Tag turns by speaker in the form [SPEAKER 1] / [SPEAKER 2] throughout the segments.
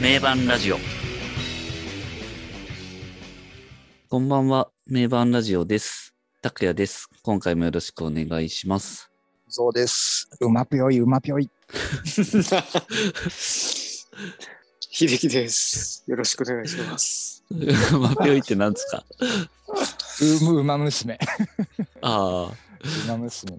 [SPEAKER 1] 名盤ラジオ。こんばんは、名盤ラジオです。拓也です。今回もよろしくお願いします。
[SPEAKER 2] そうです。うまぴょい、うまぴょい。
[SPEAKER 3] 秀樹です。よろしくお願いします。
[SPEAKER 1] マピョイってなんですか
[SPEAKER 2] うむ、うま娘。
[SPEAKER 1] ああ。
[SPEAKER 2] うま娘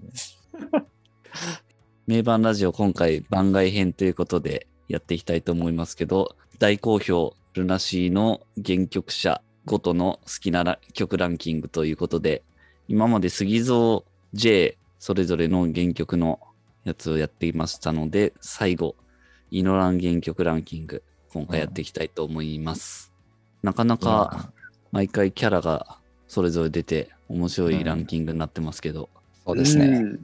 [SPEAKER 2] ね。
[SPEAKER 1] 名盤ラジオ今回番外編ということでやっていきたいと思いますけど、大好評、ルナシーの原曲者ごとの好きなら曲ランキングということで、今まで杉蔵 J それぞれの原曲のやつをやっていましたので最後イノラン原曲ランキング今回やっていきたいと思います、なかなか毎回キャラがそれぞれ出て面白いランキングになってますけど、
[SPEAKER 2] そうですね。
[SPEAKER 3] ん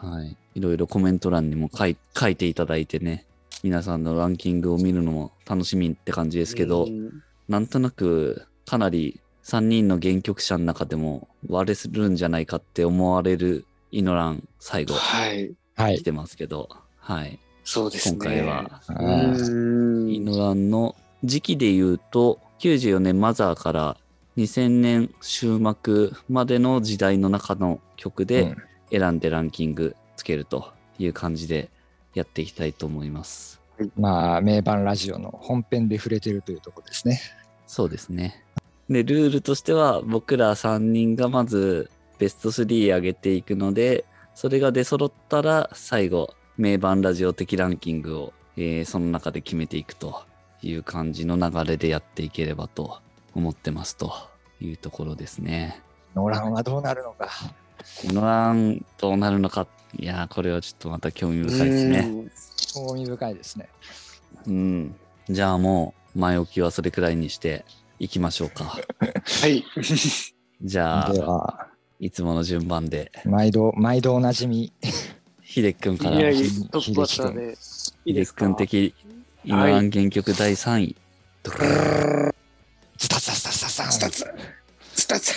[SPEAKER 1] はい、いろいろコメント欄にも書い書いていただいてね皆さんのランキングを見るのも楽しみって感じですけど、
[SPEAKER 3] うん
[SPEAKER 1] なんとなくかなり3人の原曲者の中でも割れるんじゃないかって思われるイノラン最後
[SPEAKER 3] はい。
[SPEAKER 2] は
[SPEAKER 1] 来
[SPEAKER 2] い。
[SPEAKER 1] てますけど、はい、
[SPEAKER 3] そうですね。
[SPEAKER 1] 今回は
[SPEAKER 2] あ
[SPEAKER 3] う
[SPEAKER 2] ー
[SPEAKER 3] ん。
[SPEAKER 1] イノランの時期で言うと94年マザーから2000年終幕までの時代の中の曲
[SPEAKER 2] う
[SPEAKER 1] で
[SPEAKER 2] ん
[SPEAKER 1] 選んでランキングつけるという感じでやっていきたいと思います。
[SPEAKER 2] まあ、名盤ラジオの本編で触れてるというところですね。
[SPEAKER 1] そうですね。で、ルールとしては、僕ら3人がまずベスト3上げていくので、それが出揃ったら、最後、名盤ラジオ的ランキングを、えーその中で決めていくという感じの流れでやっていければと思ってますというところですね。
[SPEAKER 2] ノランはどうなるのか。
[SPEAKER 1] この案どうなるのか、いやー、これはちょっとまた興味深いですね。
[SPEAKER 3] うん。
[SPEAKER 2] 興味深いですね。
[SPEAKER 1] うん。じゃあもう、前置きはそれくらいにしていきましょうか。
[SPEAKER 3] はい。
[SPEAKER 1] じゃあ
[SPEAKER 2] で、は、
[SPEAKER 1] いつもの順番で。
[SPEAKER 2] 毎度、毎度おなじみ。
[SPEAKER 1] ひでくんから、
[SPEAKER 3] いや
[SPEAKER 1] ひ
[SPEAKER 3] いやトップバッターで。いいで
[SPEAKER 1] ですくん
[SPEAKER 3] か。
[SPEAKER 1] 的イノラン原曲第3位。ドゥルルルル
[SPEAKER 2] ズタズタズタズタズタ
[SPEAKER 3] スタ
[SPEAKER 2] ズタ。
[SPEAKER 3] ツスタツ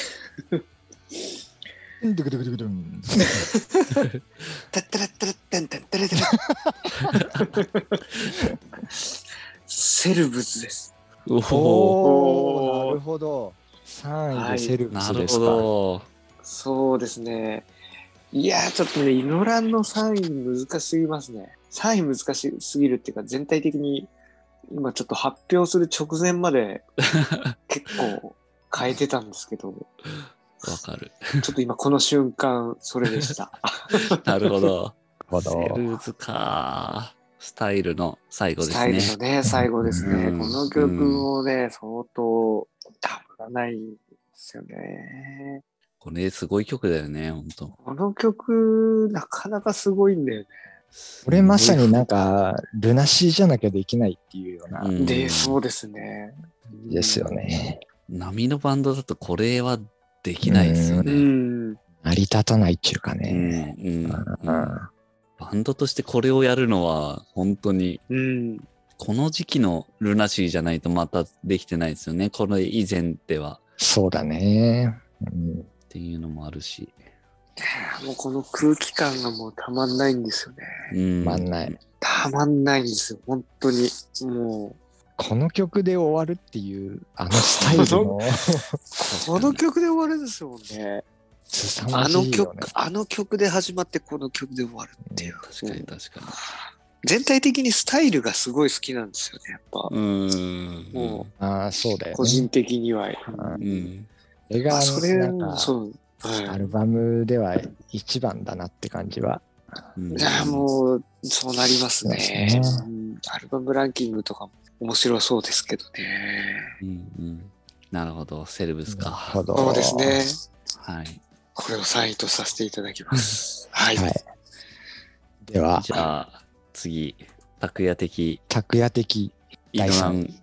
[SPEAKER 2] ドゥクドゥクドゥクドゥン
[SPEAKER 3] タッタラッタラッタンタンタラタラ。セルブスです。
[SPEAKER 1] おお、
[SPEAKER 2] おーな
[SPEAKER 3] おー
[SPEAKER 2] るほど。3位でセルブ
[SPEAKER 1] な
[SPEAKER 2] ス
[SPEAKER 1] る
[SPEAKER 2] で
[SPEAKER 1] ほ
[SPEAKER 2] すか。
[SPEAKER 1] ど。
[SPEAKER 3] そうですね。いやー、ちょっとね、イノランの3位難しすぎますね。3位難しすぎるっていうか、全体的に、今ちょっと発表する直前まで、結構変えてたんですけど、ち
[SPEAKER 1] わかる。
[SPEAKER 3] ょっと今この瞬間、それで した。
[SPEAKER 1] なるほど。
[SPEAKER 2] なる
[SPEAKER 1] セ
[SPEAKER 2] ほど
[SPEAKER 1] ルズか。スタイルの最後
[SPEAKER 3] ス
[SPEAKER 1] で
[SPEAKER 3] タイルの
[SPEAKER 1] すね。
[SPEAKER 3] ね、最後ですね。
[SPEAKER 1] うん
[SPEAKER 3] この曲もね、相当、ダブらないんですよね。
[SPEAKER 1] これすごい曲だよね、ほんと。
[SPEAKER 3] この曲、なかなかすごいんだよね。
[SPEAKER 2] これまさになんか、ルナシーじゃなきゃできないっていうような
[SPEAKER 1] う、ん
[SPEAKER 3] で、そうですね。
[SPEAKER 2] ですよね。
[SPEAKER 1] 波のバンドだとこれはできないですよ
[SPEAKER 3] う
[SPEAKER 1] ね。
[SPEAKER 3] ん。
[SPEAKER 2] 成り立たないっていうか
[SPEAKER 1] う
[SPEAKER 2] ね。
[SPEAKER 1] んうん
[SPEAKER 2] う
[SPEAKER 1] バ
[SPEAKER 2] ん
[SPEAKER 1] ンドとしてこれをやるのは本当に
[SPEAKER 3] うん。
[SPEAKER 1] この時期のルナシーじゃないとまたできてないですよね。これ以前では
[SPEAKER 2] そうだね。うん
[SPEAKER 1] っていうのもあるし。
[SPEAKER 3] もうこの空気感がもうたまんないんですよね。
[SPEAKER 1] うん
[SPEAKER 2] まんない。
[SPEAKER 3] たまんないんですよ、本当に。もう、
[SPEAKER 2] この曲で終わるっていう、あのスタイルの
[SPEAKER 3] この曲で終わるんですよね。
[SPEAKER 2] 凄
[SPEAKER 3] あ
[SPEAKER 2] まじ
[SPEAKER 3] の
[SPEAKER 2] いよ
[SPEAKER 3] 曲
[SPEAKER 2] ね。、
[SPEAKER 3] あの曲で始まってこの曲で終わるっていう。
[SPEAKER 1] 確かに確か
[SPEAKER 3] 全体的にスタイルがすごい好きなんですよね、やっぱ。
[SPEAKER 1] に。うん。
[SPEAKER 3] も
[SPEAKER 2] ああ、そうだよ、
[SPEAKER 3] 個
[SPEAKER 2] ね。
[SPEAKER 3] 人的には。
[SPEAKER 2] う
[SPEAKER 1] うん。
[SPEAKER 2] それ
[SPEAKER 3] ま
[SPEAKER 2] が
[SPEAKER 3] あ
[SPEAKER 2] あ
[SPEAKER 3] そ
[SPEAKER 2] の、
[SPEAKER 3] れ
[SPEAKER 2] なんか、
[SPEAKER 3] そう。は
[SPEAKER 2] ア
[SPEAKER 3] い
[SPEAKER 2] ルバムでは一番だなって感じは。
[SPEAKER 1] うん
[SPEAKER 3] いや、もう、そうなります
[SPEAKER 2] そう
[SPEAKER 3] ね
[SPEAKER 2] ですね
[SPEAKER 3] うんアルバムランキングとかも面白そうですけどね。
[SPEAKER 1] うんうん。なるほど。セレブスか。
[SPEAKER 2] なるほど
[SPEAKER 3] そうですね。
[SPEAKER 1] はい。
[SPEAKER 3] これを3位とさせていただきます。はい。
[SPEAKER 2] はい。では、
[SPEAKER 1] じゃあ、次。拓也的
[SPEAKER 2] 拓也的。
[SPEAKER 1] イドラン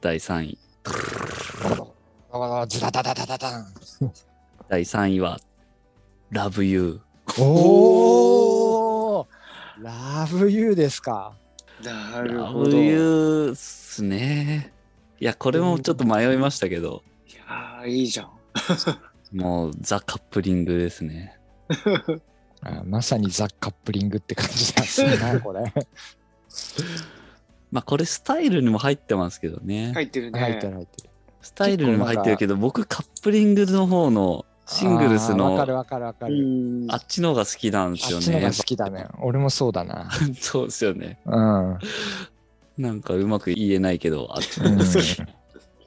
[SPEAKER 1] 第3位。
[SPEAKER 2] ズダダダダダダン。
[SPEAKER 1] 第3位は、Love You。
[SPEAKER 2] おーラブユーですか。
[SPEAKER 3] なるほど。
[SPEAKER 1] Love You っすね。いや、これもちょっと迷いましたけど、
[SPEAKER 3] いやーいいじゃん。
[SPEAKER 1] もうザ・カップリングですね。
[SPEAKER 2] あまさにザ・カップリングって感じなんですね、これ。
[SPEAKER 1] まあこれスタイルにも入ってますけどね。
[SPEAKER 3] 入ってるね。
[SPEAKER 2] 入ってる入ってる。
[SPEAKER 1] スタイルにも入ってるけど、僕カップリングの方のシングルス
[SPEAKER 2] あーわかる
[SPEAKER 1] の
[SPEAKER 2] わかるわか
[SPEAKER 3] う
[SPEAKER 2] る。
[SPEAKER 3] ん
[SPEAKER 1] あっちの方が好きなんです
[SPEAKER 2] あ
[SPEAKER 1] よ
[SPEAKER 2] っ
[SPEAKER 1] ね。
[SPEAKER 2] ちのが好きだね。俺もそうだな。
[SPEAKER 1] やっぱ そうですよね。
[SPEAKER 2] うん。
[SPEAKER 1] なんかうまく言えないけど、あっち
[SPEAKER 2] う
[SPEAKER 1] の方
[SPEAKER 2] ん
[SPEAKER 1] が好き。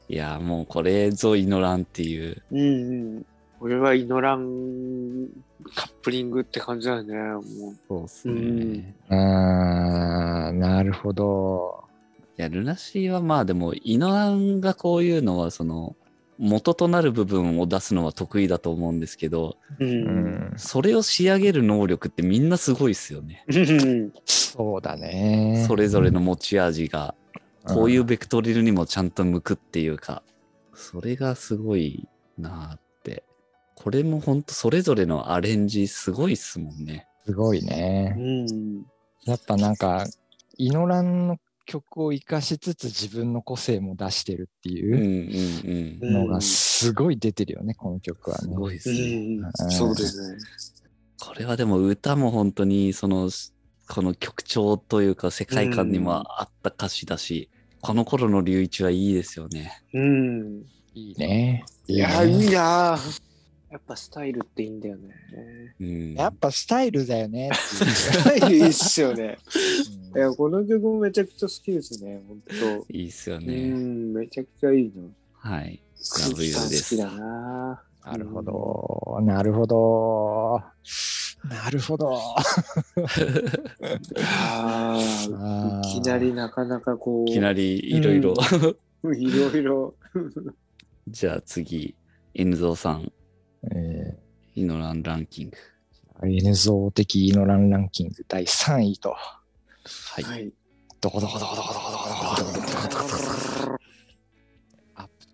[SPEAKER 1] いやー、もうこれぞイノランっていう。
[SPEAKER 3] うんうん。俺はイノランカップリングって感じだよね。もう
[SPEAKER 1] そうです
[SPEAKER 3] ね
[SPEAKER 1] ね。
[SPEAKER 2] あーなるほど。
[SPEAKER 1] いや、ルナシーはまあでも、イノランがこういうのは、その、元となる部分を出すのは得意だと思うんですけど、
[SPEAKER 3] う。
[SPEAKER 2] うんん。
[SPEAKER 1] それを仕上げる能力ってみんなすごいですよね。
[SPEAKER 3] うん。
[SPEAKER 2] そうだね。
[SPEAKER 1] それぞれの持ち味が、こういうベクトリルにもちゃんと向くっていうか、それがすごいなーって。これもほんとそれぞれのアレンジすごいっすもんね。
[SPEAKER 2] すごいね。
[SPEAKER 3] うん。
[SPEAKER 2] やっぱなんか、イノランの曲を生かしつつ自分の個性も出してるって
[SPEAKER 1] うんう
[SPEAKER 2] いうん
[SPEAKER 1] うん。
[SPEAKER 2] のがすごい出てるよね、この曲は
[SPEAKER 1] す
[SPEAKER 2] ね。
[SPEAKER 1] ごいっ
[SPEAKER 3] う
[SPEAKER 1] すね。
[SPEAKER 3] ん。そうですね。
[SPEAKER 1] これはでも歌も本当にその、この曲調というか世界観にもあった歌詞だし、この頃の龍一はいいですよね。
[SPEAKER 3] うん。
[SPEAKER 2] いいね。
[SPEAKER 3] い
[SPEAKER 2] い
[SPEAKER 3] や、
[SPEAKER 2] ね
[SPEAKER 3] いいなぁやっぱスタイルっていいんだよね。
[SPEAKER 1] うん、
[SPEAKER 2] やっぱスタイルだよねっていう。
[SPEAKER 3] スタイルいいっすよね。い
[SPEAKER 2] うん
[SPEAKER 3] や、この曲もめちゃくちゃ好きですね、ほんと。
[SPEAKER 1] いいっすよ
[SPEAKER 3] う
[SPEAKER 1] ね。
[SPEAKER 3] ん、めちゃくちゃいいな。
[SPEAKER 1] はい。
[SPEAKER 3] 鈴木さん好きだな
[SPEAKER 2] なるほど、なるほど、なるほど。
[SPEAKER 3] あー
[SPEAKER 2] あー
[SPEAKER 3] いきなりなかなかこう、
[SPEAKER 1] いきなりいろいろ。
[SPEAKER 3] いろいろ。
[SPEAKER 1] じゃあ次、N ゾウさん、
[SPEAKER 2] え
[SPEAKER 1] イノランランキング。
[SPEAKER 2] ー、N 像的イノランランキング第3位と、
[SPEAKER 1] はい。
[SPEAKER 3] い。
[SPEAKER 2] どこどこどこどこどこどこどこどこ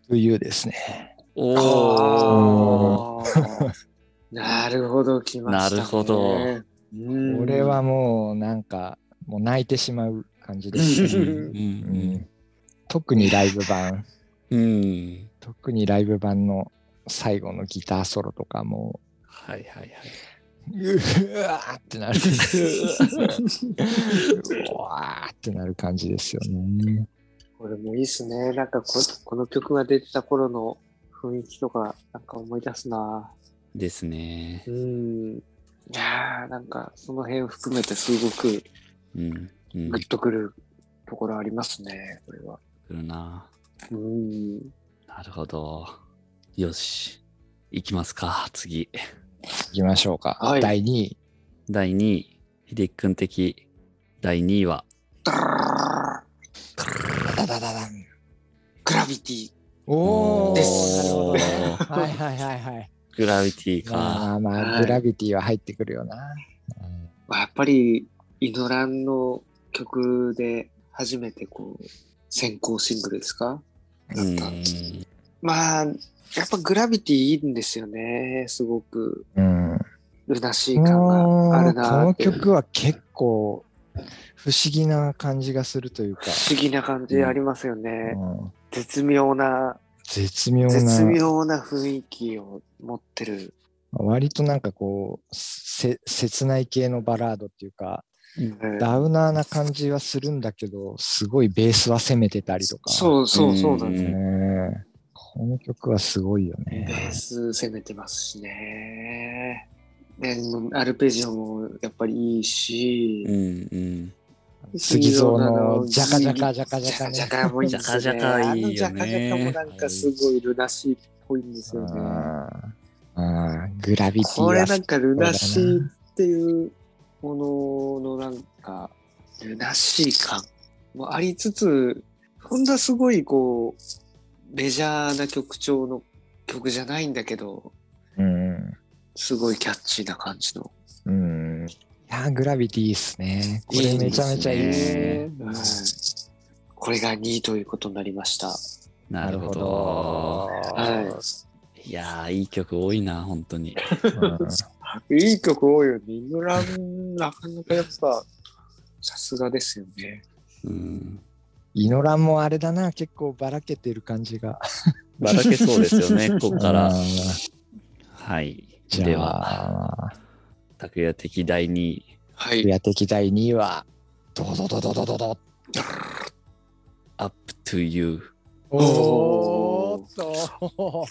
[SPEAKER 2] というですね。
[SPEAKER 1] おー
[SPEAKER 3] あーなるほど、来ました、ね。
[SPEAKER 1] なるほど
[SPEAKER 3] うん。
[SPEAKER 2] これはもうなんか、もう泣いてしまう感じです、
[SPEAKER 1] う
[SPEAKER 2] ね
[SPEAKER 1] ん
[SPEAKER 2] う
[SPEAKER 1] うん
[SPEAKER 2] ん。特にライブ版、
[SPEAKER 1] うん。
[SPEAKER 2] 特にライブ版の最後のギターソロとかも
[SPEAKER 1] はいはいはい。
[SPEAKER 2] う、うわーってなる。うわーってなる感じですよね。
[SPEAKER 3] これもいいっすね。なんかこ、この曲が出てた頃の雰囲気とか、なんか思い出すな。
[SPEAKER 1] ですね
[SPEAKER 3] う。ん。いやーなんか、その辺を含めてすごく
[SPEAKER 1] うん。うん。
[SPEAKER 3] グ
[SPEAKER 1] 来
[SPEAKER 3] ッとくるところありますね、これは。
[SPEAKER 1] るな。
[SPEAKER 3] うん。
[SPEAKER 1] なるほど。よし。いきますか、次。
[SPEAKER 2] いきましょうか。
[SPEAKER 3] はい
[SPEAKER 2] 第2位。
[SPEAKER 1] 第2位、秀樹くん的第2位は、
[SPEAKER 3] ダラ
[SPEAKER 2] ダダダダダン
[SPEAKER 3] ーグラビティ。
[SPEAKER 2] おー、
[SPEAKER 3] です
[SPEAKER 2] なるほどね。
[SPEAKER 1] おー
[SPEAKER 2] はいはいはいはい。
[SPEAKER 1] グラビティか。
[SPEAKER 2] まあま
[SPEAKER 3] は
[SPEAKER 2] あ、
[SPEAKER 3] い
[SPEAKER 2] グラビティは入ってくるよな。うん
[SPEAKER 3] まあやっぱり、イノランの曲で初めてこう、先行シングルですか
[SPEAKER 1] う
[SPEAKER 3] なん
[SPEAKER 1] ん
[SPEAKER 3] か、。まあ、やっぱグラビティいいんですよね、すごく。
[SPEAKER 2] うん、
[SPEAKER 3] ルナシー感があ
[SPEAKER 2] も
[SPEAKER 3] る
[SPEAKER 2] うこ
[SPEAKER 3] なー
[SPEAKER 2] の
[SPEAKER 3] っていう
[SPEAKER 2] 曲は結構不思議な感じがするというか、
[SPEAKER 3] 不思議な感じありますよね、
[SPEAKER 2] うん
[SPEAKER 3] 絶妙な
[SPEAKER 2] 絶妙な
[SPEAKER 3] 絶妙な雰囲気を持ってる
[SPEAKER 2] 割となんかこうせ切ない系のバラードっていうか
[SPEAKER 3] うん
[SPEAKER 2] ダウナーな感じはするんだけどすごいベースは攻めてたりとか
[SPEAKER 3] そうそうそうなんです
[SPEAKER 2] ね
[SPEAKER 3] ね
[SPEAKER 2] この曲はすごいよ
[SPEAKER 3] ベ
[SPEAKER 2] ね
[SPEAKER 3] ース攻めてますしねでアルペジオもやっぱりいいし
[SPEAKER 1] う、んうん。
[SPEAKER 2] 杉蔵のジ
[SPEAKER 3] 杉
[SPEAKER 2] ャカジャカ
[SPEAKER 3] 蔵
[SPEAKER 2] ジャカジャカね
[SPEAKER 3] ジャカジャカもいいですね
[SPEAKER 1] ジャカジャカいいよね
[SPEAKER 3] あのジャカジャカもなんかすごいルナシーっぽいんですよね、
[SPEAKER 2] うんうんグラビティ
[SPEAKER 3] これ
[SPEAKER 2] は
[SPEAKER 3] なんかルナシーっていうもののなんか、ルナシー感もありつつ、そんなすごいこう、メジャーな曲調の曲じゃないんだけど、
[SPEAKER 2] うん
[SPEAKER 3] すごいキャッチーな感じの。
[SPEAKER 2] うんいやーグラビティいいっすねこれめちゃめちゃいいっすね
[SPEAKER 3] うんこれが2位ということになりました。
[SPEAKER 1] なるほど。
[SPEAKER 3] はい
[SPEAKER 1] やー、いい曲多いな、本当に。
[SPEAKER 2] うん
[SPEAKER 3] い。いい曲多いよね。イムラン、なかなかやっぱ、さすがですよね。
[SPEAKER 1] うん。
[SPEAKER 2] イノランもあれだな、結構ばらけてる感じが。
[SPEAKER 1] ばらけそうですよね、ここか
[SPEAKER 2] あ
[SPEAKER 1] ら。
[SPEAKER 2] ー
[SPEAKER 1] はい。
[SPEAKER 2] じゃあ、
[SPEAKER 1] では、拓也的第2位。
[SPEAKER 3] は
[SPEAKER 2] ク
[SPEAKER 3] い。
[SPEAKER 2] ヤ的第2位は、ドドドドドドド、
[SPEAKER 1] to you。
[SPEAKER 3] おー
[SPEAKER 2] おーっと。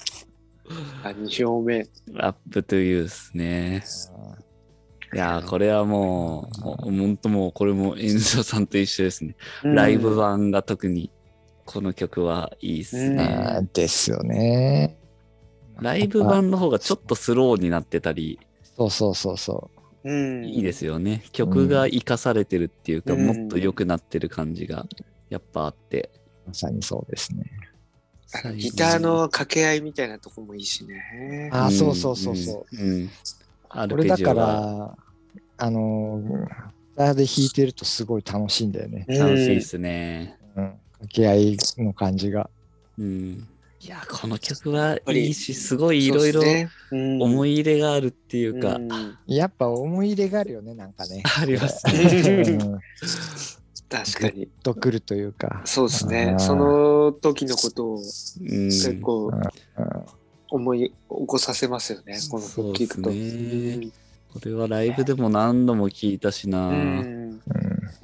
[SPEAKER 3] あ、2票目。
[SPEAKER 1] ラップ to you ですね。いやー、これはもう、本当もう、これも演奏さんと一緒ですね。ライブ版が特に、この曲はいいです
[SPEAKER 3] うん
[SPEAKER 1] ね。
[SPEAKER 2] あーですよね。
[SPEAKER 1] ライブ版の方がちょっとスローになってたり、
[SPEAKER 2] そうそうそうそ
[SPEAKER 3] うん、
[SPEAKER 1] いいです
[SPEAKER 3] よ。
[SPEAKER 1] よね。曲が活かされてるっていうか、
[SPEAKER 3] うん
[SPEAKER 1] もっと良くなってる感じが、やっぱあって。
[SPEAKER 2] う。まさにそうですね。
[SPEAKER 3] ギターの掛け合いみたいなとこもいいしね。
[SPEAKER 2] あー
[SPEAKER 1] ん。
[SPEAKER 2] そうそうそうそう
[SPEAKER 1] うん。アル
[SPEAKER 2] 俺
[SPEAKER 1] ペ
[SPEAKER 2] だ
[SPEAKER 1] ジオ
[SPEAKER 2] か
[SPEAKER 1] が
[SPEAKER 2] ら、あのー、ギターで弾いてるとすごい楽しいんだよね。
[SPEAKER 1] 楽しいですね。
[SPEAKER 2] うん。掛け合いの感じが。
[SPEAKER 1] うん。いや、この曲はいい
[SPEAKER 3] り
[SPEAKER 1] し、すご
[SPEAKER 3] うん
[SPEAKER 1] いいろいろ
[SPEAKER 3] そうっすねうん
[SPEAKER 1] 思い入れがあるっていうか、
[SPEAKER 3] うん
[SPEAKER 2] やっぱ思い入れがあるよね、なんか ね。
[SPEAKER 1] あります
[SPEAKER 2] う
[SPEAKER 1] ね。
[SPEAKER 2] ん
[SPEAKER 3] 確かに。
[SPEAKER 2] とくるというか。
[SPEAKER 3] そうです
[SPEAKER 2] あ
[SPEAKER 3] ね
[SPEAKER 2] ー。
[SPEAKER 3] その時のことを
[SPEAKER 1] うん
[SPEAKER 3] 結構
[SPEAKER 2] うん
[SPEAKER 3] 思い起こさせますよね。この曲聞く
[SPEAKER 1] そ
[SPEAKER 3] と。
[SPEAKER 1] うっすねこれはライブでも何度も聴いたしな、
[SPEAKER 3] うん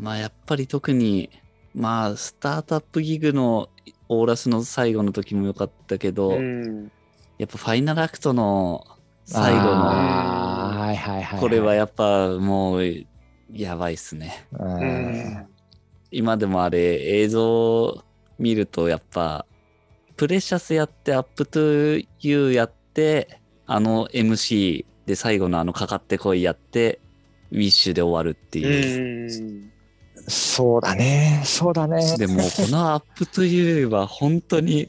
[SPEAKER 1] まあやっぱり特にまあスタートアップギグのオーラスの最後の時も良かったけど、
[SPEAKER 3] うん
[SPEAKER 1] やっぱファイナルアクトの最後の
[SPEAKER 2] あーはいはいはい。
[SPEAKER 1] これはやっぱもうやばいっすね
[SPEAKER 2] うん
[SPEAKER 3] うん
[SPEAKER 1] 今でもあれ映像見るとやっぱプレシャスやってアップトゥユーやってあの MC で最後のあのかかってこいやってウィッシュで終わるって
[SPEAKER 3] う
[SPEAKER 1] いう、
[SPEAKER 3] ん
[SPEAKER 2] そうだね。そうだね。
[SPEAKER 1] でもこのアップというよりは本当に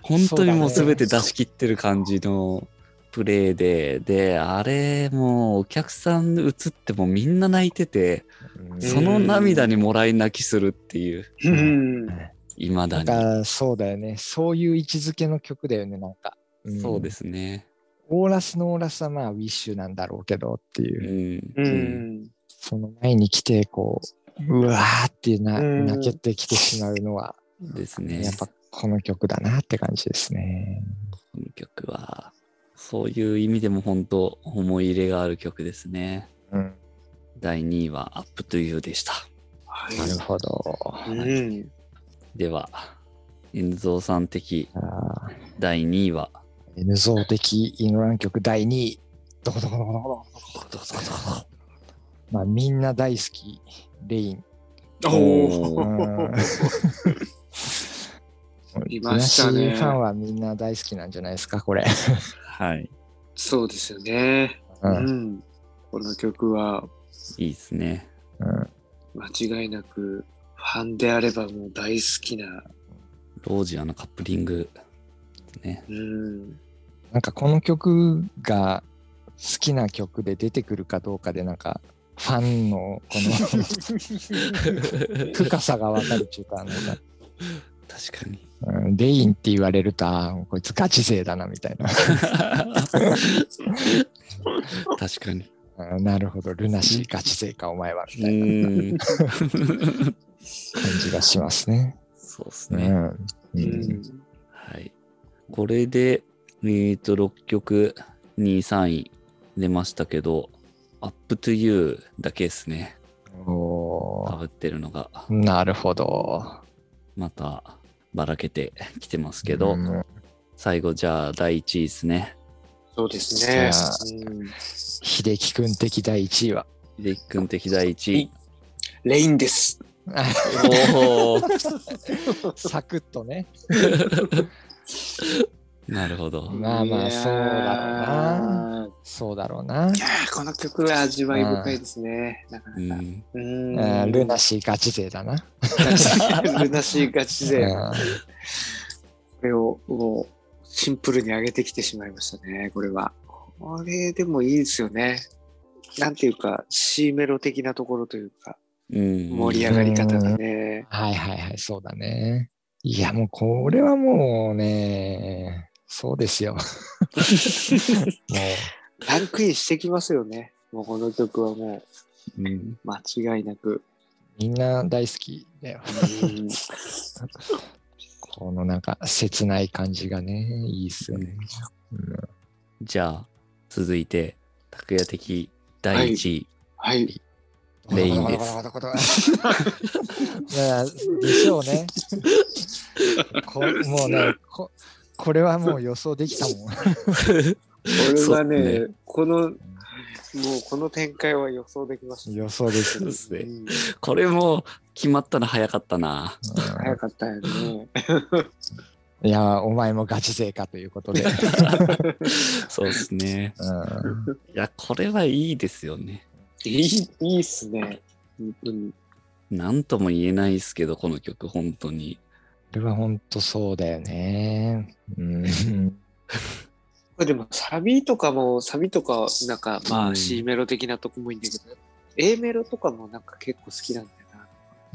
[SPEAKER 1] 本当にもう全て出し切ってる感じのプレーで、であれもうお客さん映ってもみんな泣いてて
[SPEAKER 2] うん
[SPEAKER 1] その涙にもらい泣きするっていう
[SPEAKER 3] うん
[SPEAKER 1] いま
[SPEAKER 2] な
[SPEAKER 1] だ
[SPEAKER 2] ん
[SPEAKER 1] に
[SPEAKER 2] かそうだよね。そういう位置づけの曲だよね、なんか。ん
[SPEAKER 1] そうで。すね
[SPEAKER 2] オーラスのオーラスはまあ、ウィッシュなんだろうけどっていうう、
[SPEAKER 1] ん、
[SPEAKER 3] う
[SPEAKER 1] うん
[SPEAKER 3] ん
[SPEAKER 2] その前に来て、こう、うわーってな、
[SPEAKER 3] うん
[SPEAKER 2] 泣けてきてしまうのは、
[SPEAKER 1] ですね
[SPEAKER 2] やっぱこの曲だなって感じですね。
[SPEAKER 1] この曲はそういう意味でも本当思い入れがある曲ですね
[SPEAKER 2] うん、
[SPEAKER 1] 第2位は「アップというでした
[SPEAKER 3] は
[SPEAKER 2] なるほど。
[SPEAKER 3] いうん
[SPEAKER 1] では遠蔵さん的
[SPEAKER 2] ああ
[SPEAKER 1] 第2位は
[SPEAKER 2] N 像的イノラン曲第2位。どこどこどこどこどこまあ、みんな大好き、レイン。
[SPEAKER 3] お
[SPEAKER 1] う
[SPEAKER 3] ー
[SPEAKER 2] う ん
[SPEAKER 3] いましたね
[SPEAKER 2] ルナシーファンはみんな大好きなんじゃないですか、これ。
[SPEAKER 1] はい。
[SPEAKER 3] そうですよね。
[SPEAKER 2] う
[SPEAKER 3] うんんこの曲はい
[SPEAKER 1] いですね。
[SPEAKER 2] うん
[SPEAKER 3] 間違いなくファンであればもう大好きな。
[SPEAKER 1] ロージアのカップリング。 ね。
[SPEAKER 3] うん
[SPEAKER 2] なんかこの曲が好きな曲で出てくるかどうかで、なんかファンのこの 深さがわかるっていうか、なんか
[SPEAKER 1] 確かに。
[SPEAKER 2] うんレインって言われると、あーこいつガチ勢だなみたいな。
[SPEAKER 1] 確かに。
[SPEAKER 2] うんなるほど、ルナシーガチ勢か、お前はみ
[SPEAKER 1] う
[SPEAKER 2] たいな
[SPEAKER 1] ーん。
[SPEAKER 2] 感 じがしますね。
[SPEAKER 1] そうです
[SPEAKER 2] う
[SPEAKER 1] ね。
[SPEAKER 2] んう
[SPEAKER 3] うんん
[SPEAKER 1] はい。これで、えっ、と、6曲、2位、3位出ましたけど、アップトゥユーだけですね。
[SPEAKER 2] お
[SPEAKER 1] か
[SPEAKER 2] ー
[SPEAKER 1] ぶってるのが、
[SPEAKER 2] なるほど。
[SPEAKER 1] またばらけてきてますけど、
[SPEAKER 2] うん
[SPEAKER 1] 最後、じゃあ、第1位ですね。
[SPEAKER 3] そうですね。うん
[SPEAKER 2] 秀樹くん的第1位は。
[SPEAKER 1] 秀樹君的第1位。
[SPEAKER 3] レインです。
[SPEAKER 1] おお。
[SPEAKER 2] サクッとね。
[SPEAKER 1] なるほど。
[SPEAKER 2] まあまあ、そうだろうな。
[SPEAKER 3] いやー。
[SPEAKER 2] そうだろうな。
[SPEAKER 3] いやーこの曲は味わい深いですね。なかな
[SPEAKER 1] う
[SPEAKER 3] か。
[SPEAKER 1] ん、
[SPEAKER 3] う
[SPEAKER 2] うんん、ルナシーガチ勢だな。
[SPEAKER 3] ルナシーガチ勢。こ
[SPEAKER 2] う
[SPEAKER 3] れをもうシンプルに上げてきてしまいましたね、これは。これでもいいですよね。なんていうか、C メロ的なところというか、
[SPEAKER 1] うん、
[SPEAKER 3] 盛り上がり方がね。
[SPEAKER 2] んはいはいはい、そうだね。いや、もうこれはもうね、そうです よ。も
[SPEAKER 3] ランクインしてきますよね。もうこの曲はも
[SPEAKER 1] うん
[SPEAKER 3] う間違いなく。
[SPEAKER 2] うみんな大好きだよ。
[SPEAKER 3] うん
[SPEAKER 2] このなんか切ない感じがね、いいっすよね。うん
[SPEAKER 1] じゃあ、続いて、拓也的第1位。
[SPEAKER 3] はい。
[SPEAKER 1] レインです
[SPEAKER 2] まあでしょうね。こもうねこ、これはもう予想できたもん。
[SPEAKER 3] 俺はね
[SPEAKER 1] そう
[SPEAKER 3] この、もうこの展開は予想できました。
[SPEAKER 2] 予想でき
[SPEAKER 1] そうです
[SPEAKER 3] う
[SPEAKER 1] ね。
[SPEAKER 3] ん
[SPEAKER 1] これも決まったの早かったな。
[SPEAKER 2] た。
[SPEAKER 3] 早かったよね。
[SPEAKER 2] いや、お前もガチ勢かということで。
[SPEAKER 1] そうですね。
[SPEAKER 2] うん
[SPEAKER 1] いや、これはいいですよね。
[SPEAKER 3] いい、いいっすね。本当に。
[SPEAKER 1] なんとも言えないですけど、この曲、本当に。
[SPEAKER 2] これは本当そうだよね。うん。
[SPEAKER 3] これでもサビとかも、サビとか、なんかま
[SPEAKER 1] う
[SPEAKER 3] あ
[SPEAKER 1] ん
[SPEAKER 3] C メロ的なとこもいいんだけど、A メロとかもなんか結構好きなんだよな。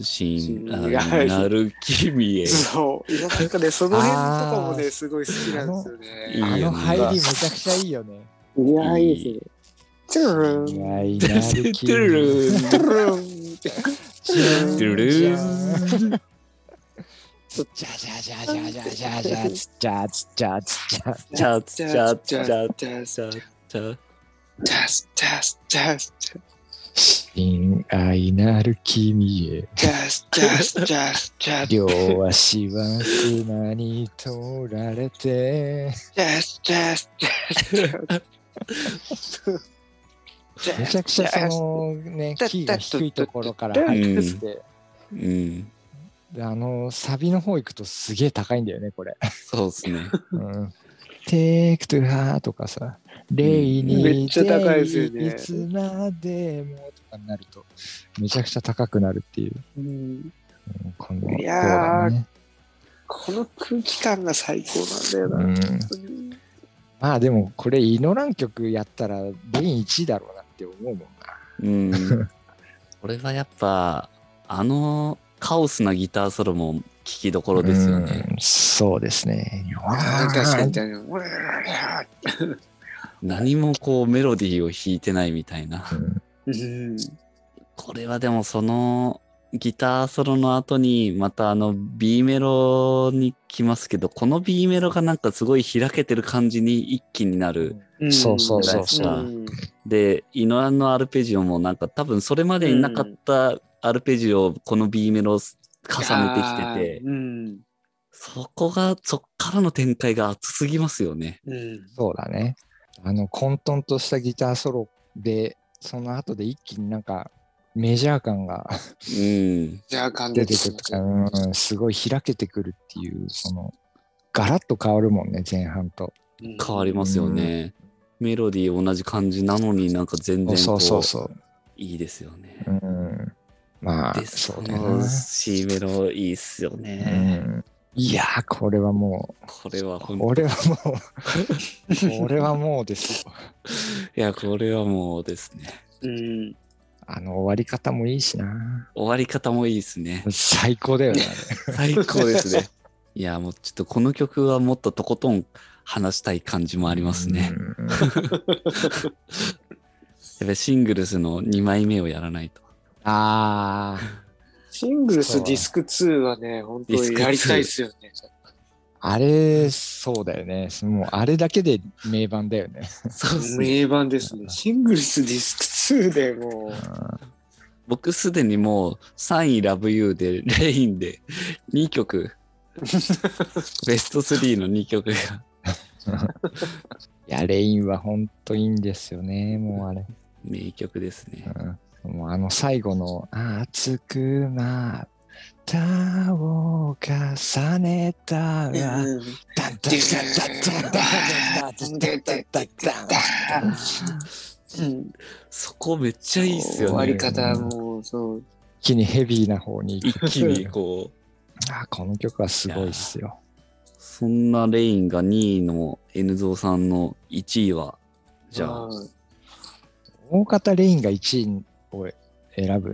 [SPEAKER 1] 信
[SPEAKER 3] 信
[SPEAKER 1] 頼なる君 へ。
[SPEAKER 3] そう。いやなんかね、その辺とかも
[SPEAKER 2] あー
[SPEAKER 3] ね、すごい好きなんですよ
[SPEAKER 1] いいよ
[SPEAKER 2] あ
[SPEAKER 1] ね
[SPEAKER 2] の
[SPEAKER 3] ね。
[SPEAKER 2] 入りめちゃくちゃいいよね。
[SPEAKER 3] いや、
[SPEAKER 1] いい
[SPEAKER 3] いいですね。トゥルン
[SPEAKER 2] いや、い
[SPEAKER 3] ト
[SPEAKER 1] て
[SPEAKER 2] な
[SPEAKER 1] る
[SPEAKER 2] る
[SPEAKER 1] て
[SPEAKER 2] 気。
[SPEAKER 1] る
[SPEAKER 3] ゥルンって
[SPEAKER 1] てるるー
[SPEAKER 2] つっちゃじゃじゃじゃじゃじゃじゃつっちゃつっちゃつっちゃ。
[SPEAKER 1] ちゃちゃちゃちゃ
[SPEAKER 3] ジャス
[SPEAKER 1] ちゃちゃ。
[SPEAKER 3] ジャスジャスジャス
[SPEAKER 2] 親愛なる君へ。
[SPEAKER 3] ジャスジャスジャスジャス
[SPEAKER 2] 両足は砂に取られて。
[SPEAKER 3] ジャスジャスジャス
[SPEAKER 2] めちゃくちゃそのね、キーが低いところから入ってきて、
[SPEAKER 1] うん。
[SPEAKER 2] であの、サビの方行くとすげえ高いんだよね、これ。
[SPEAKER 1] そうですね。
[SPEAKER 2] うん、Take to her とかさ、レイに、
[SPEAKER 3] めっちゃ高いですよね
[SPEAKER 2] いつまでもとかになると、めちゃくちゃ高くなるっていう、
[SPEAKER 3] うん
[SPEAKER 2] うんこの、
[SPEAKER 3] いやー
[SPEAKER 2] ね。
[SPEAKER 3] この空気感が最高なんだ
[SPEAKER 2] う
[SPEAKER 3] よな。
[SPEAKER 2] んまあでもこれイノラン曲やったらレイン1だろうなって思うもんな。
[SPEAKER 1] うん。これはやっぱ、あのカオスなギターソロも聞きどころですよね。
[SPEAKER 2] うんそうですね。
[SPEAKER 3] あー確かに確かに。うわー
[SPEAKER 1] 何もこうメロディーを弾いてないみたいな。
[SPEAKER 2] うん
[SPEAKER 3] うん
[SPEAKER 1] これはでもそのギターソロの後にまたあの B メロに来ますけど、この B メロがなんかすごい開けてる感じに一気になる。
[SPEAKER 3] ん
[SPEAKER 2] そうそうそう
[SPEAKER 1] そう
[SPEAKER 3] うん
[SPEAKER 1] で、イノランのアルペジオもなんか多分それまでになかったアルペジオをこの B メロを重ねてきてて、
[SPEAKER 3] あーうん
[SPEAKER 1] そこが、そっからの展開が熱すぎますよね。
[SPEAKER 3] うん
[SPEAKER 2] そうだね。あの混沌としたギターソロで、その後で一気になんかメジャー感
[SPEAKER 1] う
[SPEAKER 2] が
[SPEAKER 1] ん。
[SPEAKER 3] じゃあ感
[SPEAKER 2] 出
[SPEAKER 3] じ
[SPEAKER 2] てくるとか、うん、すごい開けてくるっていう、その、ガラッと変わるもんね、前半と。
[SPEAKER 1] 変わりますよね。メロディー同じ感じなのになんか全然こう
[SPEAKER 2] そうそうそう。
[SPEAKER 1] いいですよね
[SPEAKER 2] う。ん、まあ、
[SPEAKER 1] で、
[SPEAKER 2] そ
[SPEAKER 1] そう
[SPEAKER 2] だよ
[SPEAKER 1] の
[SPEAKER 2] な。
[SPEAKER 1] C メロいいっすよね。
[SPEAKER 2] うんいやー、これはも
[SPEAKER 1] これは
[SPEAKER 2] う、
[SPEAKER 1] 本当
[SPEAKER 2] 俺はもう、 これはもうですよ。
[SPEAKER 1] いや、これはもうですね。
[SPEAKER 3] うん
[SPEAKER 2] あの、終わり方もいいしな。。
[SPEAKER 1] 終わり方もいいですね
[SPEAKER 2] 最高だよね。
[SPEAKER 1] 最高ですね。いや、もうちょっとこの曲はもっととことん話したい感じもありますね。
[SPEAKER 2] うん。
[SPEAKER 1] やっぱりシングルスの2枚目をやらないと。
[SPEAKER 2] ああ。
[SPEAKER 3] シングルスディスク2はね、本当
[SPEAKER 1] ディスク
[SPEAKER 3] に
[SPEAKER 1] 2
[SPEAKER 3] やりたいですよね。
[SPEAKER 2] あれ、そうだよね。もうあれだけで名盤だよね。
[SPEAKER 1] そうですね。
[SPEAKER 3] 名盤ですね。シングルスディスク2でもう。
[SPEAKER 1] 僕すでにもう3位ラブユーで、レインで2曲、 ベスト3の2曲が
[SPEAKER 2] いや、レインは本当いいんですよね。もうあれ。
[SPEAKER 1] 名曲ですね。
[SPEAKER 2] うん、もうあの最後の、熱くなったを重ねたら、ダン
[SPEAKER 3] うん
[SPEAKER 2] ダンダンダンダンダンダンダンダンダン
[SPEAKER 3] うん
[SPEAKER 1] そこめっちゃいいっすよ
[SPEAKER 3] 終わ
[SPEAKER 1] ね
[SPEAKER 3] り。方もそう。
[SPEAKER 2] 一気にヘビーな方に行
[SPEAKER 1] 一
[SPEAKER 2] く。
[SPEAKER 1] 気にこう、
[SPEAKER 2] あーこの曲はすごいっすよ。
[SPEAKER 1] そんなレインが2位の N ゾウさんの1位は、じゃあ、
[SPEAKER 3] うん
[SPEAKER 2] 大方レインが1位を選ぶ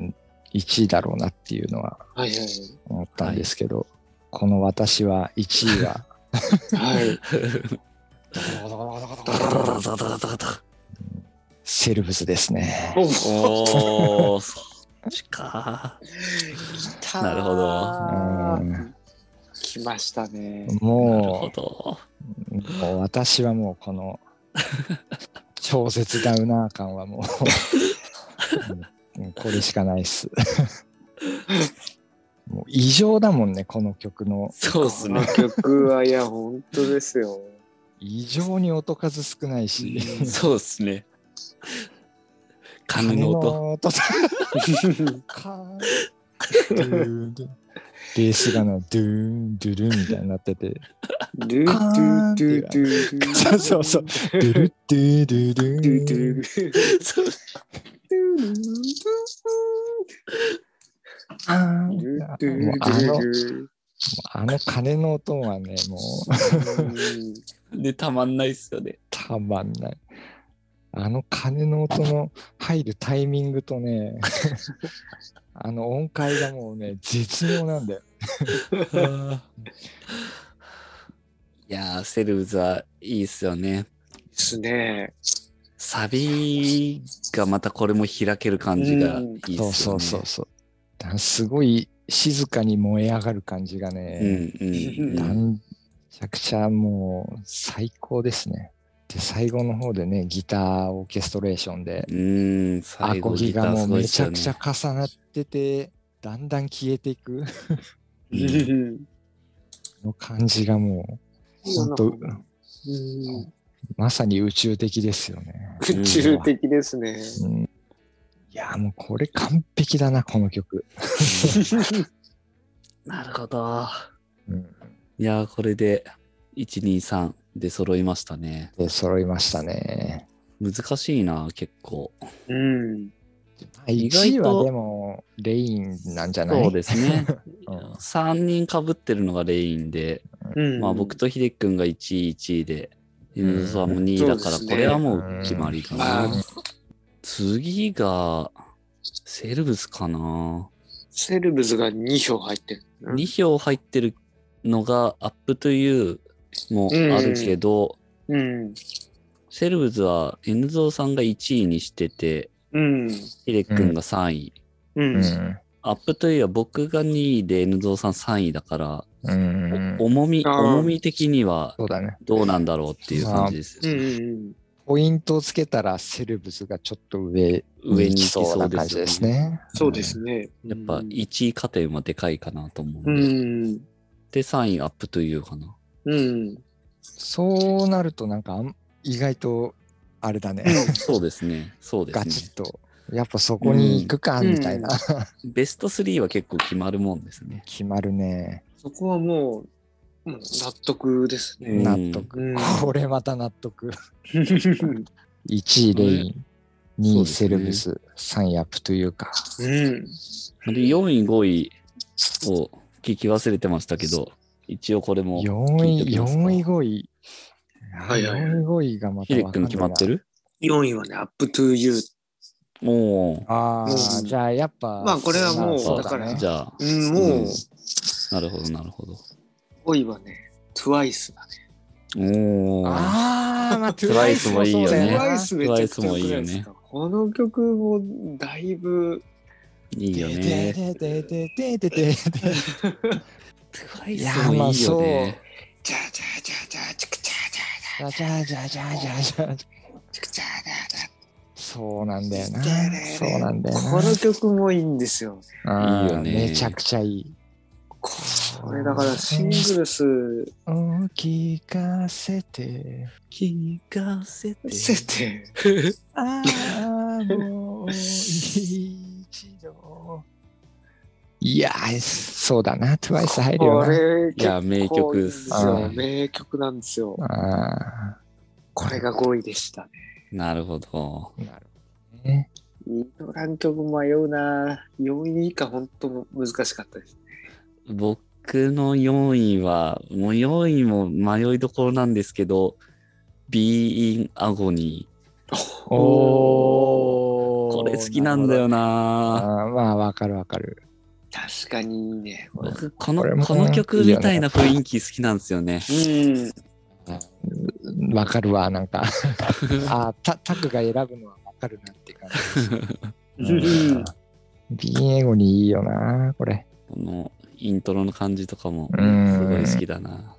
[SPEAKER 2] 1位だろうなっていうのは
[SPEAKER 3] はいはい
[SPEAKER 2] 思ったんですけど、この私は1位は
[SPEAKER 3] はい。はい。
[SPEAKER 1] ダダダダダダダ
[SPEAKER 2] セルブスですね。
[SPEAKER 3] お
[SPEAKER 1] おー、そっちか。なるほ
[SPEAKER 2] ど
[SPEAKER 3] うん来ましたね。
[SPEAKER 1] なるほ
[SPEAKER 2] も
[SPEAKER 1] ど。
[SPEAKER 2] うもう私はもうこの超絶ダウナー感はもううんうんこれしかないっす。もう異常だもんね、この曲の。
[SPEAKER 1] そうっす
[SPEAKER 3] この
[SPEAKER 1] ね。
[SPEAKER 3] 曲は、いや、本当で すよ。
[SPEAKER 2] 異常に音数少ないし、
[SPEAKER 1] そうっすね。
[SPEAKER 2] 鐘
[SPEAKER 1] 鐘の音。
[SPEAKER 2] 音と。カーンドゥーンドゥンベースがな、ドゥーン、ドゥルンみたいになってて、
[SPEAKER 3] ドゥドゥドゥドゥドゥ
[SPEAKER 2] そうそうそうドゥルッドゥドゥド
[SPEAKER 3] ドゥド
[SPEAKER 2] ゥン。
[SPEAKER 3] ゥ
[SPEAKER 1] そう
[SPEAKER 2] あー
[SPEAKER 3] ドゥドゥ
[SPEAKER 2] もう
[SPEAKER 3] ド
[SPEAKER 2] あの、もう
[SPEAKER 3] ゥ
[SPEAKER 2] あの鐘の音はね、もう
[SPEAKER 3] うん
[SPEAKER 1] で、たまんないっすよね。
[SPEAKER 2] たまんない。あの鐘の音の入るタイミング とね、あの音階がもうね、絶妙なんだよ。
[SPEAKER 1] いやー、セルブズはいいっすよね。
[SPEAKER 3] ですね。
[SPEAKER 1] サビがまたこれも開ける感じがいいっすよね。
[SPEAKER 2] そうそうそうそう。だからすごい静かに燃え上がる感じがね、
[SPEAKER 1] うんうんう
[SPEAKER 2] め
[SPEAKER 1] ん。
[SPEAKER 2] ちゃくちゃもう最高ですね。で、最後の方でね、ギターオーケストレーションで、
[SPEAKER 1] うん、
[SPEAKER 2] ア
[SPEAKER 1] 最後
[SPEAKER 2] コギ
[SPEAKER 1] ギタ
[SPEAKER 2] が
[SPEAKER 1] ー
[SPEAKER 2] も
[SPEAKER 1] す
[SPEAKER 2] う
[SPEAKER 1] ごいっ
[SPEAKER 2] め
[SPEAKER 1] す
[SPEAKER 2] ちゃ
[SPEAKER 1] よ
[SPEAKER 2] く
[SPEAKER 1] ね
[SPEAKER 2] ちゃ。重なってて、だんだん消えていく
[SPEAKER 1] うん
[SPEAKER 2] の感じがもう、本当
[SPEAKER 3] うん
[SPEAKER 2] まさに宇宙的ですよね。
[SPEAKER 3] 宇宙的ですね。
[SPEAKER 2] うん、いや、もうこれ完璧だな、この曲。
[SPEAKER 1] なるほど。
[SPEAKER 2] うん、
[SPEAKER 1] いやー、これで、1、2、3で揃いましたね。
[SPEAKER 2] で、揃いましたね。
[SPEAKER 1] 難しいな、結構。
[SPEAKER 3] うん。
[SPEAKER 1] 意外と
[SPEAKER 2] 1位はでも、レインなんじゃない
[SPEAKER 1] そうですね。
[SPEAKER 2] うん
[SPEAKER 1] 3人かぶってるのがレインで、
[SPEAKER 3] うん
[SPEAKER 1] まあ僕とヒデ君が1位、1位で、ユ
[SPEAKER 2] ん
[SPEAKER 1] ーズはもう2位だから、
[SPEAKER 3] そうです
[SPEAKER 1] こ
[SPEAKER 3] ね
[SPEAKER 1] れはもう決まりかな。
[SPEAKER 3] うん
[SPEAKER 1] 次が、セルブスかな。
[SPEAKER 3] セルブズが2票入ってる。
[SPEAKER 1] 2票入ってるのが、アップトゥユーもあるけど、
[SPEAKER 3] うん。
[SPEAKER 1] セルブズは N ゾウさんが1位にしてて、
[SPEAKER 3] うん。
[SPEAKER 1] ヒデ君が3位。
[SPEAKER 3] うん。
[SPEAKER 1] アップトゥユーは僕が2位で N ゾウさん3位だから、
[SPEAKER 2] うん。うん。
[SPEAKER 1] お重み、
[SPEAKER 3] あー
[SPEAKER 1] 重み的には
[SPEAKER 2] そうだね。
[SPEAKER 1] どうなんだろうっていう感じですよ
[SPEAKER 3] う
[SPEAKER 1] ね、
[SPEAKER 3] ん。
[SPEAKER 2] ポイントをつけたらセルブスがちょっと上
[SPEAKER 1] 上
[SPEAKER 2] 上
[SPEAKER 1] に行き
[SPEAKER 2] に行き
[SPEAKER 1] そ
[SPEAKER 2] そうう
[SPEAKER 1] な
[SPEAKER 2] な
[SPEAKER 1] 感
[SPEAKER 2] 感
[SPEAKER 1] じ
[SPEAKER 2] じ
[SPEAKER 1] で
[SPEAKER 2] ですす
[SPEAKER 1] ね
[SPEAKER 2] ね。
[SPEAKER 3] そうですね。
[SPEAKER 1] やっぱ1位加点はでかいかなと思う
[SPEAKER 3] うん
[SPEAKER 1] で。
[SPEAKER 3] ん。
[SPEAKER 1] で、3位アップというかな。
[SPEAKER 3] うん。
[SPEAKER 2] そうなるとなんかあん意外とあれだね。
[SPEAKER 1] そうですね。そうで
[SPEAKER 2] ガチ
[SPEAKER 1] す
[SPEAKER 2] ッと。やっぱそこに行くかみたいな。
[SPEAKER 1] ね。ベスト3は結構決まるもんですね。
[SPEAKER 2] 決まるね。
[SPEAKER 3] そこはもう、うん納得です
[SPEAKER 1] うん
[SPEAKER 3] ね。
[SPEAKER 2] 納得。
[SPEAKER 3] うん
[SPEAKER 2] これまた納得。
[SPEAKER 3] うん。
[SPEAKER 2] 1位レイン、
[SPEAKER 1] そうです
[SPEAKER 2] 2位
[SPEAKER 1] ね
[SPEAKER 2] セルブス、3位アップというか。
[SPEAKER 1] で、4位、5位を聞き忘れてましたけど、一応これも、
[SPEAKER 2] 4
[SPEAKER 1] 聞い
[SPEAKER 2] 位、
[SPEAKER 1] ておきますか
[SPEAKER 2] 4位、5位。
[SPEAKER 3] はいはい
[SPEAKER 2] 4位、5位がまた
[SPEAKER 1] ヒデ
[SPEAKER 2] 分かん
[SPEAKER 1] 君
[SPEAKER 2] ない
[SPEAKER 1] 決
[SPEAKER 2] な
[SPEAKER 1] まってる
[SPEAKER 3] 4位はね、アップトゥーユー。
[SPEAKER 1] おー。
[SPEAKER 2] ああ、
[SPEAKER 3] うん
[SPEAKER 2] じゃあやっぱ。
[SPEAKER 3] まあこれはもう
[SPEAKER 2] そ
[SPEAKER 1] だ
[SPEAKER 2] だ
[SPEAKER 3] から
[SPEAKER 2] ね
[SPEAKER 1] じゃあ、
[SPEAKER 3] うん、も
[SPEAKER 1] うん
[SPEAKER 3] う、
[SPEAKER 1] なるほど、なるほど。
[SPEAKER 3] 5位はね、トゥワイスだね。
[SPEAKER 1] おー。
[SPEAKER 2] ああ、まあ、ト
[SPEAKER 1] ゥワイスもいいよね
[SPEAKER 3] トゥ
[SPEAKER 1] ト
[SPEAKER 3] ワイスめちゃくちゃ良くないですか。この曲もだいぶ、
[SPEAKER 1] い
[SPEAKER 2] い
[SPEAKER 1] いよね。
[SPEAKER 2] でででででで
[SPEAKER 1] トゥワイスもいいよね。
[SPEAKER 3] じゃあじゃあじゃあじゃあ、チクチャーじゃあ
[SPEAKER 2] じゃじゃじゃじゃじゃじゃ。
[SPEAKER 3] チクチャーだだ
[SPEAKER 2] そうなんだよな。
[SPEAKER 3] だだだ
[SPEAKER 2] そうなんだよ
[SPEAKER 3] この曲もいいんですよ。
[SPEAKER 2] な。
[SPEAKER 1] いいよね
[SPEAKER 2] あーめちゃくちゃいい。
[SPEAKER 3] これだからシングルス、
[SPEAKER 2] お聞かせて。
[SPEAKER 1] 聞かせて。
[SPEAKER 3] 設定。
[SPEAKER 2] ああ、 もう一度。いやー、そうだな。トゥワイス入るよ
[SPEAKER 3] こ
[SPEAKER 2] な。
[SPEAKER 3] れ、
[SPEAKER 1] いや名曲っす
[SPEAKER 3] 結構いいん
[SPEAKER 2] うん
[SPEAKER 3] ですよ。名曲なんですよ。
[SPEAKER 2] あ
[SPEAKER 3] これが5位でしたね。
[SPEAKER 1] なるほど。
[SPEAKER 2] あ、なるほどね。
[SPEAKER 3] インドラン曲迷うな4位以下本当難しかったです。
[SPEAKER 1] 僕の4位は、もう4位も迷いどころなんですけど、Be in Agony。
[SPEAKER 2] おー
[SPEAKER 1] これ好きなんだよ
[SPEAKER 2] なるほ
[SPEAKER 1] な
[SPEAKER 2] どあーまあわかるわかる
[SPEAKER 3] 確かにいいね。これ
[SPEAKER 1] 僕この
[SPEAKER 2] これも
[SPEAKER 1] この曲みたいな雰囲気好きなんですよね。
[SPEAKER 3] うん。
[SPEAKER 2] わかるわなんかあーたタクが選ぶのはわかるなって感じ
[SPEAKER 3] うん
[SPEAKER 2] ビンエゴにいいよなこれ
[SPEAKER 1] このイントロの感じとかも
[SPEAKER 2] うん
[SPEAKER 1] すごい好きだな。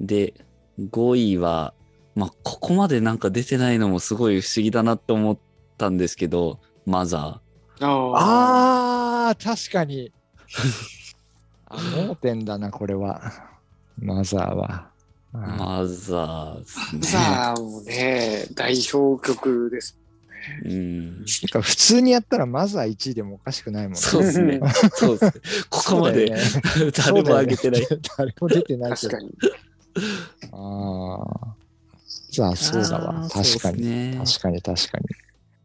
[SPEAKER 1] で、5位は、まあ、ここまでなんか出てないのもすごい不思議だなって思ったんですけど、マザ
[SPEAKER 3] あー
[SPEAKER 2] あー確かにあ盲点だな、これは。マザーは。あ
[SPEAKER 1] マザーですね。
[SPEAKER 3] さあ、もうね、代表曲です。
[SPEAKER 1] うん。
[SPEAKER 2] てか普通にやったらマザー1位でもおかしくないもんね。
[SPEAKER 1] そうですね。そうですね。ここまで
[SPEAKER 2] そうだよね
[SPEAKER 1] 誰も上げてない。
[SPEAKER 2] そうだよね誰も出てないけ
[SPEAKER 3] 確
[SPEAKER 2] ど
[SPEAKER 3] か。に。
[SPEAKER 2] ああ。じゃあそうだわ
[SPEAKER 1] あ。ー
[SPEAKER 2] 確か
[SPEAKER 1] そうです
[SPEAKER 2] に。
[SPEAKER 1] ね、
[SPEAKER 2] 確かに確かに。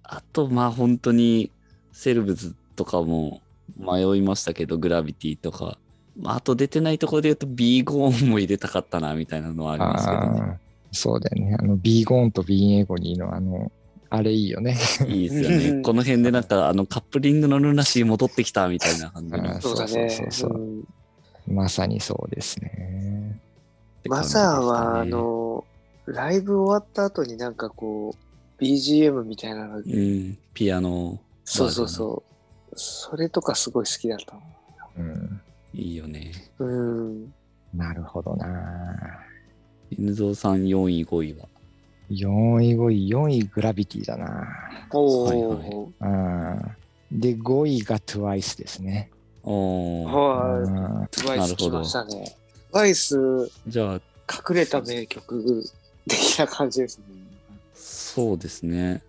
[SPEAKER 1] あと、まあ本当に、セルブズとかも迷いましたけど、グラビティとか。まあ、あと出てないところで言うと、ビーゴーンも入れたかったな、みたいなのはありますけ
[SPEAKER 2] あーそうだよね。あの、ビーゴーンとビーンエゴニーのあの、あれいいよね。
[SPEAKER 1] どね。いいですよ
[SPEAKER 3] う
[SPEAKER 1] ね。
[SPEAKER 3] ん
[SPEAKER 1] この辺でなんか、あの、カップリングのルナシー戻ってきた、みたいな感じの。
[SPEAKER 2] あー
[SPEAKER 3] そうだね。
[SPEAKER 2] そうそうそうそ
[SPEAKER 3] うん
[SPEAKER 2] まさにそうですね。
[SPEAKER 3] マザーは、あ、の、ライブ終わった後になんかこう、BGM みたいな
[SPEAKER 1] う
[SPEAKER 3] の、
[SPEAKER 1] ん、ピアノ、
[SPEAKER 3] そうそうそう。それとかすごい好きだったな。
[SPEAKER 2] うん。
[SPEAKER 1] いいよね。
[SPEAKER 3] うん。
[SPEAKER 2] なるほどな。
[SPEAKER 1] 犬蔵さん4位、5位は。
[SPEAKER 2] 4位、5位、4位グラビティだな。
[SPEAKER 3] お
[SPEAKER 1] はい
[SPEAKER 3] ー。
[SPEAKER 1] はい
[SPEAKER 2] あーで、5位が TWICE ですね。
[SPEAKER 1] おー
[SPEAKER 3] はい。
[SPEAKER 2] あー
[SPEAKER 3] トワイ
[SPEAKER 1] なる
[SPEAKER 3] ス
[SPEAKER 1] ほど
[SPEAKER 3] 来ましたね。トワイス、隠
[SPEAKER 1] じゃあ、
[SPEAKER 3] れた名曲的な感じですね。
[SPEAKER 1] そうですね。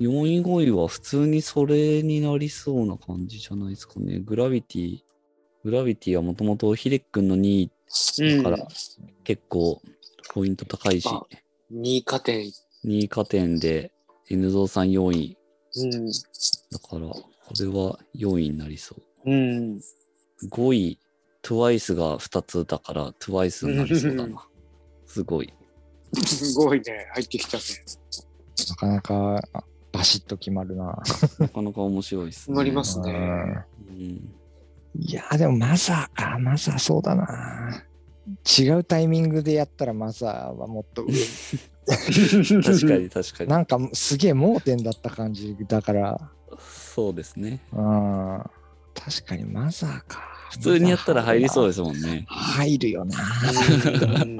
[SPEAKER 1] 4位5位は普通にそれになりそうな感じじゃないですかね。グラビティ。グラビティはもともとヒデ君の2位だから結構ポイント高いし、
[SPEAKER 3] あ2加点。
[SPEAKER 1] 2位加点で N ゾウさん4位。
[SPEAKER 3] うん。
[SPEAKER 1] だから、これは4位になりそ
[SPEAKER 3] うん。
[SPEAKER 1] う。5位、TWICE が2つだから TWICE になりそうだ な。すごい。
[SPEAKER 3] すごいね。入ってきたね。
[SPEAKER 2] なかなかあバシッと決まるな。
[SPEAKER 1] なかなか面白いですね。
[SPEAKER 3] 決まりますね
[SPEAKER 2] うん
[SPEAKER 1] うん
[SPEAKER 2] いやー、でもマザーか。マザーそうだな。違うタイミングでやったらマザーはもっ と上
[SPEAKER 1] 確かに確かに。
[SPEAKER 2] なんかすげえ盲点だった感じだから、
[SPEAKER 1] そうですね。
[SPEAKER 2] うん、確かにマザーか。
[SPEAKER 1] 普通にやったら入りそう
[SPEAKER 2] う
[SPEAKER 1] ですもんね。
[SPEAKER 2] 入るよな。
[SPEAKER 3] うん。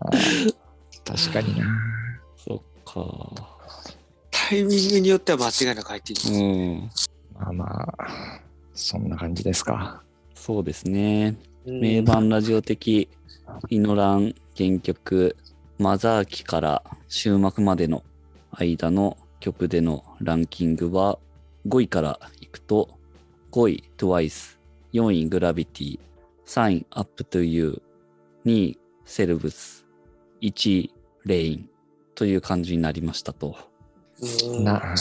[SPEAKER 2] 確かにな。
[SPEAKER 1] そっか。
[SPEAKER 3] タイミングによっては間違いなく入ってき
[SPEAKER 1] う
[SPEAKER 3] ます。
[SPEAKER 1] ん。
[SPEAKER 2] まあまあ、そんな感じですか。
[SPEAKER 1] そうですね。
[SPEAKER 3] うん
[SPEAKER 1] 名盤ラジオ的、イノラン原曲、マザーキから終幕までの間の曲でのランキングは、5位からいくと、5位 TWICE、4位グラビティ、3位 Up to You、2位セルブス、1位レインという感じになりましたと。
[SPEAKER 3] うん
[SPEAKER 2] な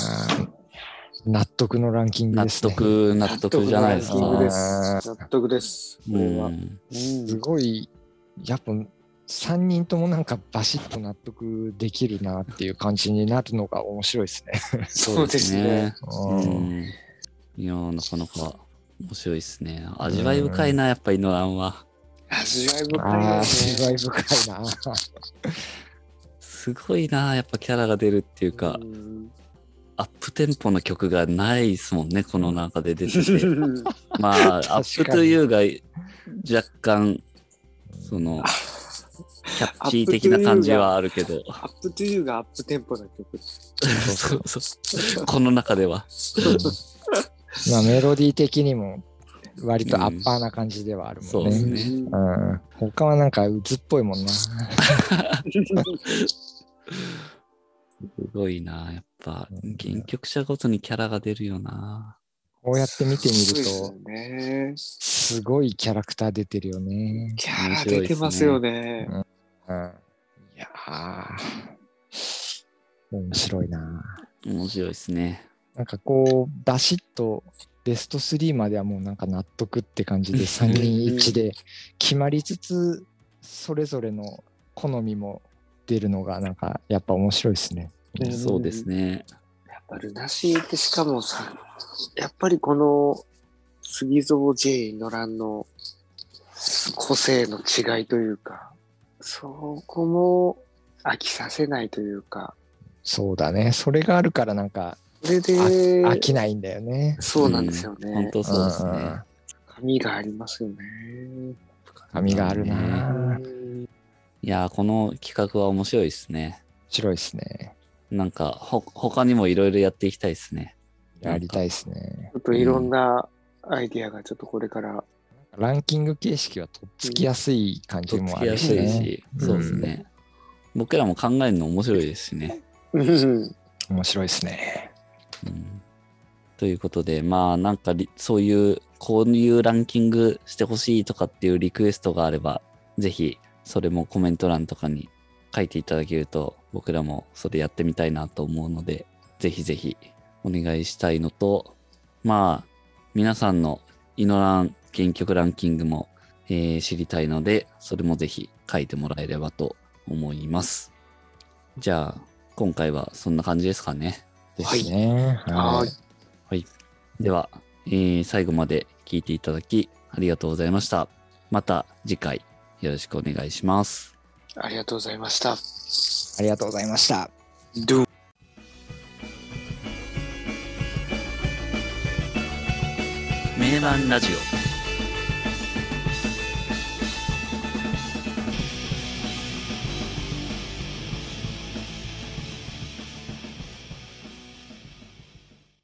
[SPEAKER 2] 納得のランキング
[SPEAKER 1] 納
[SPEAKER 2] ですね。
[SPEAKER 1] 得、納得じゃないです
[SPEAKER 3] 納得で
[SPEAKER 1] か。
[SPEAKER 3] す。納得です。これは。
[SPEAKER 1] う
[SPEAKER 3] うん
[SPEAKER 1] ん
[SPEAKER 2] すごい、やっぱ3人ともなんかバシッと納得できるなっていう感じになるのが面白いですね。
[SPEAKER 3] そうですね。。
[SPEAKER 1] う
[SPEAKER 2] うん
[SPEAKER 1] んいやーなかなか面白いですね。味わい深いな、やっぱりノランは。
[SPEAKER 3] 味わい
[SPEAKER 2] ああ、
[SPEAKER 3] 深
[SPEAKER 2] 味
[SPEAKER 3] いよ
[SPEAKER 2] わい
[SPEAKER 3] ね。
[SPEAKER 2] 深いな。
[SPEAKER 1] すごいな、やっぱキャラが出るっていうか、
[SPEAKER 3] うん
[SPEAKER 1] アップテンポの曲がないですもんね、この中で出て て。まあ、ア
[SPEAKER 2] 確かに
[SPEAKER 1] ップというが若干、その、キャッチー的な感じはあるけど、
[SPEAKER 3] アップトゥーがアップテンポな曲。
[SPEAKER 1] そうそうこの中では。
[SPEAKER 2] まあ、メロディー的にも割とアッパーな感じではある
[SPEAKER 1] そうん
[SPEAKER 2] も
[SPEAKER 1] で
[SPEAKER 2] ね。
[SPEAKER 1] す
[SPEAKER 2] う
[SPEAKER 1] ね
[SPEAKER 3] うん
[SPEAKER 2] ん、他はなんか鬱っぽいもんな。
[SPEAKER 1] すごいな、やっぱ、原曲者ごとにキャラが出るよな。
[SPEAKER 2] こうやって見てみる
[SPEAKER 3] そう
[SPEAKER 2] と、
[SPEAKER 3] ですよね。
[SPEAKER 2] すごいキャラクター出てるよね。
[SPEAKER 3] キャラ出てますよね。
[SPEAKER 2] うん、いやー面白いな。
[SPEAKER 1] 面白いですね。
[SPEAKER 2] なんかこう、バシッとベスト3まではもうなんか納得って感じで3人一致 で決まりつつ、それぞれの好みも出るのがなんかやっぱ面白いですね。
[SPEAKER 3] うん
[SPEAKER 1] そうですね。
[SPEAKER 3] やっぱルナシーってしかもさ、やっぱりこの杉蔵 J の欄の個性の違いというか、そこも飽きさせないというか、
[SPEAKER 2] そうだね。それがあるからなんか
[SPEAKER 3] それ
[SPEAKER 2] あ
[SPEAKER 3] で、
[SPEAKER 2] 飽きないんだよね。
[SPEAKER 3] そうなんですよ
[SPEAKER 1] 本
[SPEAKER 3] ね。
[SPEAKER 1] 当そうですね。
[SPEAKER 2] ん
[SPEAKER 3] 髪がありますよね。
[SPEAKER 2] 髪があるな。面
[SPEAKER 1] いやー、この企画は面白いですね。
[SPEAKER 2] 白いですね。
[SPEAKER 1] なんか、ほ、他にもいろいろやっていきたいですね。
[SPEAKER 2] やりたいですね。
[SPEAKER 3] ちょっといろんなアイディアがちょっとこれから
[SPEAKER 2] なんランキング形式はとっつきやすい感
[SPEAKER 1] と
[SPEAKER 2] じ
[SPEAKER 1] っつ
[SPEAKER 2] もあ
[SPEAKER 1] きや
[SPEAKER 2] る
[SPEAKER 1] す
[SPEAKER 2] し、
[SPEAKER 1] い
[SPEAKER 2] ね、
[SPEAKER 1] し、そうですね。僕らも考えるの面白いですしね。
[SPEAKER 3] うん
[SPEAKER 2] 面白いですね。
[SPEAKER 1] うんということで、まあなんかりそういう、こういうランキングしてほしいとかっていうリクエストがあれば、ぜひそれもコメント欄とかに書いていただけると、僕らもそれやってみたいなと思うので、ぜひぜひお願いしたいのと、まあ皆さんのイノラン原曲ランキングも、えー知りたいので、それもぜひ書いてもらえればと思います。じゃあ、今回はそんな感じですかね。
[SPEAKER 2] ですね。
[SPEAKER 3] は
[SPEAKER 2] はいい。
[SPEAKER 1] では、えー最後まで聞いていただきありがとうございました。また次回よろしくお願いします。
[SPEAKER 3] ありがとうございました。
[SPEAKER 2] ありがとうございました。
[SPEAKER 3] ドゥン
[SPEAKER 1] 名盤ラジオ